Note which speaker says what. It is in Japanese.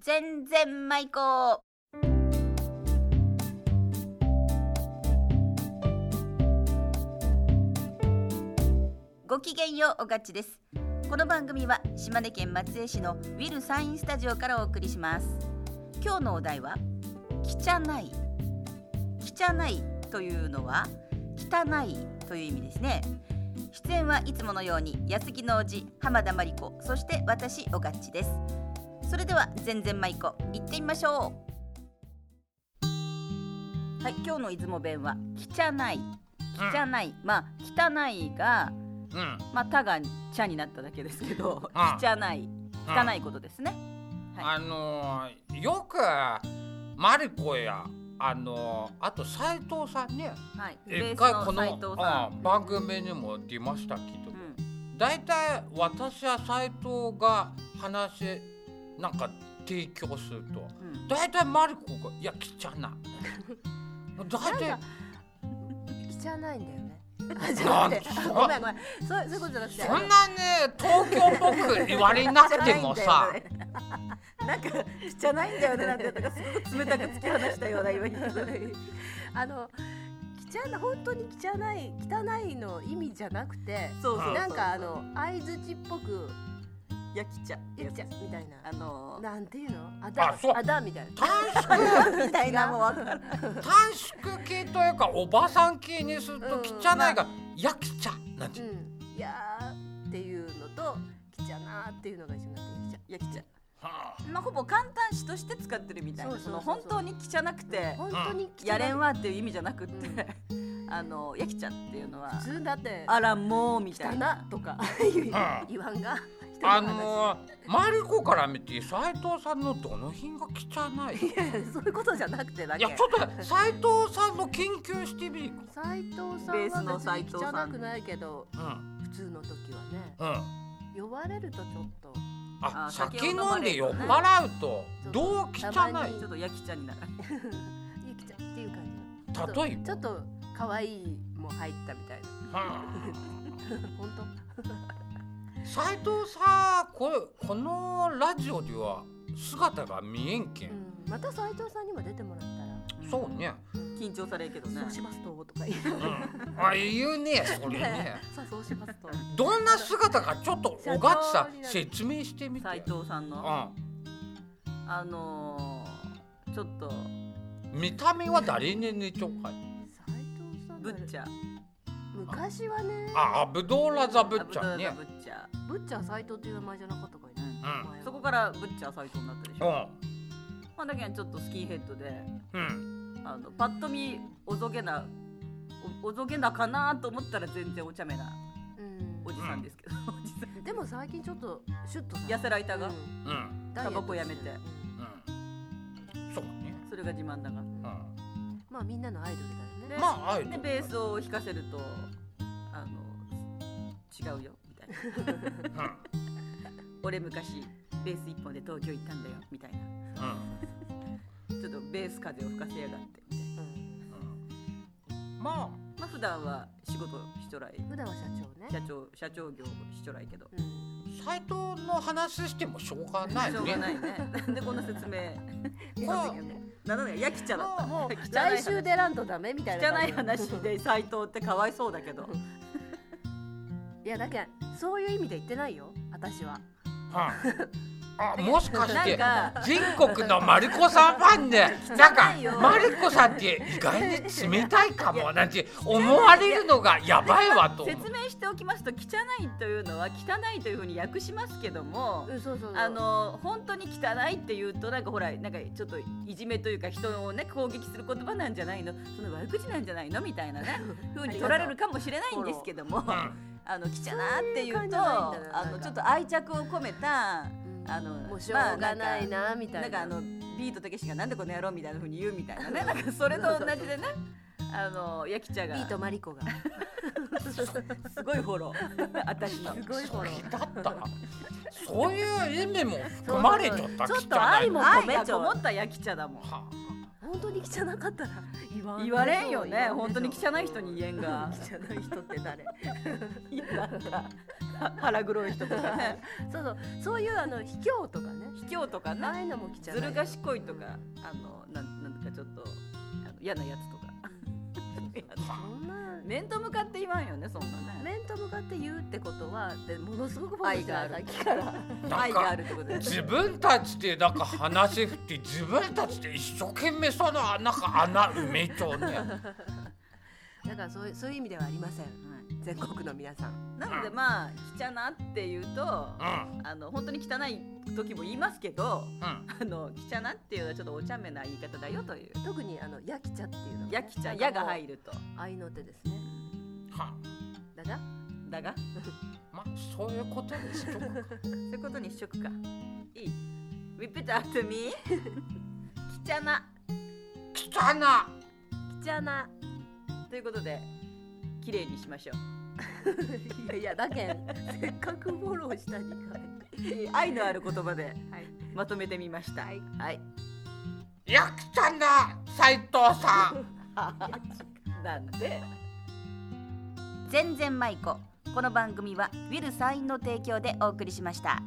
Speaker 1: 全然舞妓ごきげんようおがっちですこの番組は島根県松江市のウィルサインスタジオからお送りします今日のお題は汚い汚いというのは汚いという意味ですね出演はいつものように安木のおじ浜田真理子そして私おがっちですそれでは全然舞子行ってみましょうはい今日の出雲弁は汚い汚い、まあ汚いが
Speaker 2: うん
Speaker 1: まあたが茶になっただけですけど
Speaker 2: うん
Speaker 1: 汚い汚いことですねはい
Speaker 2: あのーよくマリコやあのーあと斉藤さんね
Speaker 1: はいベース
Speaker 2: 一回
Speaker 1: の
Speaker 2: この
Speaker 1: 斉藤さ
Speaker 2: うん
Speaker 1: ん
Speaker 2: 番組にも出ましたけど、
Speaker 1: うん
Speaker 2: だいたい私や斉藤が話なんか提供すると
Speaker 1: うん
Speaker 2: だいたいマリコが「いや汚い」 だいたい
Speaker 3: なんか汚いんだよね。あ、じ
Speaker 2: な
Speaker 3: ゃ
Speaker 2: ん
Speaker 3: な くて、
Speaker 2: そ
Speaker 3: ごめんごめん。そうそういうことじゃなくて。
Speaker 2: そんなね東京っぽく言われなくてもさ
Speaker 3: 汚いんだよね。なんか汚いんだよねなんてなんかすごく冷たく突き放したような今言ったのに。あの汚い本当に汚い汚いの意味じゃなくて、
Speaker 1: そうそうそう
Speaker 3: なんかあの相槌っぽく
Speaker 1: 焼き茶
Speaker 3: ゆきちゃんみたいな
Speaker 1: あ。のー
Speaker 3: なんていうの？あだ
Speaker 2: あそう
Speaker 3: あだみたいな。
Speaker 2: 短縮
Speaker 1: みたいなもんわかんない
Speaker 2: 短縮系というかおばさん系にすると汚いが「やきちゃ」なんて
Speaker 3: うん。いやーっていうのと汚っていうのが一緒になってゆきち
Speaker 1: 焼
Speaker 3: ゃん。
Speaker 1: き茶
Speaker 2: はあ
Speaker 1: まあほぼ簡単詞として使ってるみたいな
Speaker 3: そう
Speaker 1: そ
Speaker 3: そう
Speaker 1: の
Speaker 3: そうそう
Speaker 1: 本当に汚くて
Speaker 3: 本当に汚い
Speaker 1: やれんわっていう意味じゃなくって、 あの焼き茶っていうのは
Speaker 3: 普通だって
Speaker 1: あらもうみた
Speaker 3: 汚
Speaker 1: い
Speaker 3: な
Speaker 1: な
Speaker 3: とか言
Speaker 2: う
Speaker 3: う
Speaker 2: ん
Speaker 3: 言わんが人
Speaker 2: あ
Speaker 3: 話
Speaker 2: のー、マリコから見て斉藤さんのどの辺が汚い
Speaker 3: いやそういうことじゃなくてだ
Speaker 2: い
Speaker 3: け
Speaker 2: やちょっと斉藤さんの研究してみる
Speaker 3: 斉藤さ
Speaker 1: ベース
Speaker 3: ん
Speaker 1: の
Speaker 3: は
Speaker 1: 斉
Speaker 3: 別に
Speaker 1: 藤さん
Speaker 3: 汚くないけど
Speaker 2: うん
Speaker 3: 普通の時はね
Speaker 2: うん
Speaker 3: 呼ばれるとちょっと
Speaker 2: あ
Speaker 1: あ
Speaker 2: 酒
Speaker 1: 酒を飲
Speaker 2: 飲
Speaker 1: ま
Speaker 2: ん
Speaker 1: れ
Speaker 2: で
Speaker 1: る
Speaker 2: 酔
Speaker 1: と
Speaker 2: っ
Speaker 1: ね
Speaker 2: 払うとどう汚
Speaker 3: たま
Speaker 2: い
Speaker 3: に
Speaker 1: ちょっと焼き茶になる
Speaker 3: ゆきちゃんっていう感じちょっと
Speaker 2: 例えば
Speaker 3: ちょっと可愛いも入ったみたいな本
Speaker 2: 斎藤さんこれこのラジオでは姿が見えんけ、
Speaker 3: 当、うんん、また斉藤さんにも出てもらった
Speaker 2: そうね、
Speaker 1: うん緊張されるけどね
Speaker 3: らそうしますととか言
Speaker 2: う
Speaker 3: う
Speaker 2: ん、あ言うねそれ ね
Speaker 3: さあそうしますと
Speaker 2: どんな姿かちょっと小勝さ
Speaker 3: 社長に
Speaker 2: ん
Speaker 3: なる
Speaker 2: 説明してみて
Speaker 1: 斉藤さんのあ
Speaker 2: う
Speaker 1: のーちょっと
Speaker 2: ん見た目は誰に似ちょかい
Speaker 3: 斉藤さん
Speaker 1: ブッチャ
Speaker 3: 昔はね
Speaker 2: あアブドーラザブッチ
Speaker 1: アブドゥー
Speaker 2: ャンね
Speaker 1: ラブッチャ
Speaker 3: ブッチャー斉藤っていう名前じゃなかったかいね、
Speaker 2: うん
Speaker 3: 前は
Speaker 1: そこからブッチャ斉藤になったでし
Speaker 2: う
Speaker 1: ょ、
Speaker 2: ん
Speaker 1: まあ、だけどちょっとスキンヘッドで
Speaker 2: うん
Speaker 1: あのパッと見おぞげなおおぞげなかなと思ったら全然お茶目な
Speaker 3: うん
Speaker 1: おじさんですけど、おじさん
Speaker 3: でも最近ちょっとシュッとさ
Speaker 1: 痩せられたが
Speaker 3: うん
Speaker 2: うん
Speaker 3: ダイエ
Speaker 1: タ
Speaker 3: ットして
Speaker 1: バコやめて
Speaker 3: うん
Speaker 2: うんそうね
Speaker 1: それが自慢だが
Speaker 2: うん
Speaker 3: まあみんなのアイドルだよね
Speaker 2: まあアイド
Speaker 1: で
Speaker 2: ル
Speaker 1: ベースを弾かせるとあの違うよみたいな
Speaker 2: うんうん
Speaker 1: 俺昔ベース一本で東京行ったんだよみたいなちょっとベース風を吹かせやがってみたいな
Speaker 3: うん
Speaker 2: うんま
Speaker 1: まあ普段は仕事しとらい
Speaker 3: 普段は社長ね
Speaker 1: 社長社長業しとらいけど
Speaker 3: うん
Speaker 2: あ斎藤の話してもしょうがない
Speaker 1: し
Speaker 2: ね
Speaker 1: ょうがないね なんでこんな説明
Speaker 3: そうだけどね
Speaker 1: なんだよやきちゃだった
Speaker 3: もう
Speaker 1: 汚い話
Speaker 3: 来週出らんとダメみたいな
Speaker 1: 汚
Speaker 3: 感
Speaker 1: い
Speaker 3: じ
Speaker 1: 話で斎藤ってかわいそうだけど
Speaker 3: いやだけどそういう意味で言ってないよ私は
Speaker 2: うん あもしかし
Speaker 1: なん
Speaker 2: て
Speaker 1: か
Speaker 2: 全国のマリコさんファンでなんか
Speaker 1: 汚いよ
Speaker 2: マリコさんって意外に冷たいかもなんて思われるのがやばいわと思う
Speaker 1: 説明しておきますと汚いというのは汚いというふうに訳しますけども、
Speaker 3: うんそうそうそう
Speaker 1: あの本当に汚いって言うとなんかほらなんかちょっといじめというか人をね攻撃する言葉なんじゃないのその悪口なんじゃないのみたいな ねふうに取られるかもしれないんですけども
Speaker 2: う
Speaker 1: あ
Speaker 2: ん
Speaker 1: の汚いって言
Speaker 3: そうい
Speaker 1: うと
Speaker 3: う感じじゃないんだな
Speaker 1: あ
Speaker 3: な
Speaker 1: の
Speaker 3: んか
Speaker 1: ちょっと愛着を込めた
Speaker 3: うん
Speaker 1: あの
Speaker 3: もうしょうがないなみた
Speaker 1: なん
Speaker 3: い
Speaker 1: か
Speaker 3: な
Speaker 1: あのビートたけしがなんでこの野郎みたいなふうに言うみたいな ねなんかそれと同じでねあのやきちゃん
Speaker 3: ビ
Speaker 1: が
Speaker 3: ートマリコ が
Speaker 1: すごいフォロー 私の。
Speaker 3: ごいフォロー
Speaker 2: だったそういう意味も含まれちょった
Speaker 3: そうそうそうちょっと愛も
Speaker 1: 愛
Speaker 3: 込め
Speaker 1: が
Speaker 3: ちゃ
Speaker 1: こ
Speaker 3: う
Speaker 1: もったやきちゃだもん。
Speaker 2: は
Speaker 3: 本当に汚かったら言わん
Speaker 1: 言われんよね本当に
Speaker 3: ゃ
Speaker 1: 汚い人に言えんが
Speaker 3: 汚い人って誰
Speaker 1: なんか 腹黒い人と かね
Speaker 3: そうそうそういうあの卑怯とかね
Speaker 1: 卑怯とか
Speaker 3: ああ
Speaker 1: ね
Speaker 3: いうのも汚い
Speaker 1: ずる賢いとかあのなんなんかちょっとあの嫌なやつ とか
Speaker 3: そんな
Speaker 1: 面と向かって言わんよねそんなね
Speaker 3: 面と向かって言うってことはでものすごく僕
Speaker 1: 愛
Speaker 3: じゃ
Speaker 1: があ
Speaker 3: あさっ
Speaker 1: る
Speaker 3: きから
Speaker 2: か
Speaker 1: 愛があるってことです
Speaker 2: 自分たちでなんか話振って自分たちで一生懸命そのなんか穴埋めちゃうね。
Speaker 3: だからそういうそういう意味ではありません
Speaker 1: はい
Speaker 3: 全国の皆さん
Speaker 1: なのでまあ「きちゃな」っていうと
Speaker 2: う
Speaker 1: あ
Speaker 2: ん
Speaker 1: の本当に汚い時も言いますけど
Speaker 2: う
Speaker 1: 「
Speaker 2: ん。
Speaker 1: あのきちゃな」っていうのはちょっとお茶目な言い方だよという
Speaker 3: 特にあのやきちゃっていう
Speaker 1: 「
Speaker 3: のは
Speaker 1: やきちゃ」「
Speaker 3: なん
Speaker 1: や」
Speaker 3: か
Speaker 1: が
Speaker 3: もう
Speaker 1: 入ると。
Speaker 3: 愛の手ですね
Speaker 2: は
Speaker 3: だが
Speaker 1: だが
Speaker 2: まあそういうことにしとこうか。
Speaker 1: そういうことにしとくか。いい。Repeat after me きちゃな。
Speaker 2: 汚な。
Speaker 3: きちゃな
Speaker 1: ということで綺麗にしましょ
Speaker 3: いやいやだけんせっかくフォローしたにか
Speaker 1: う。愛のある言葉で
Speaker 3: はい
Speaker 1: まとめてみました。はい。
Speaker 2: やきちゃな斉藤さん。
Speaker 1: なんで。全然舞子。この番組はウィルサインの提供でお送りしました。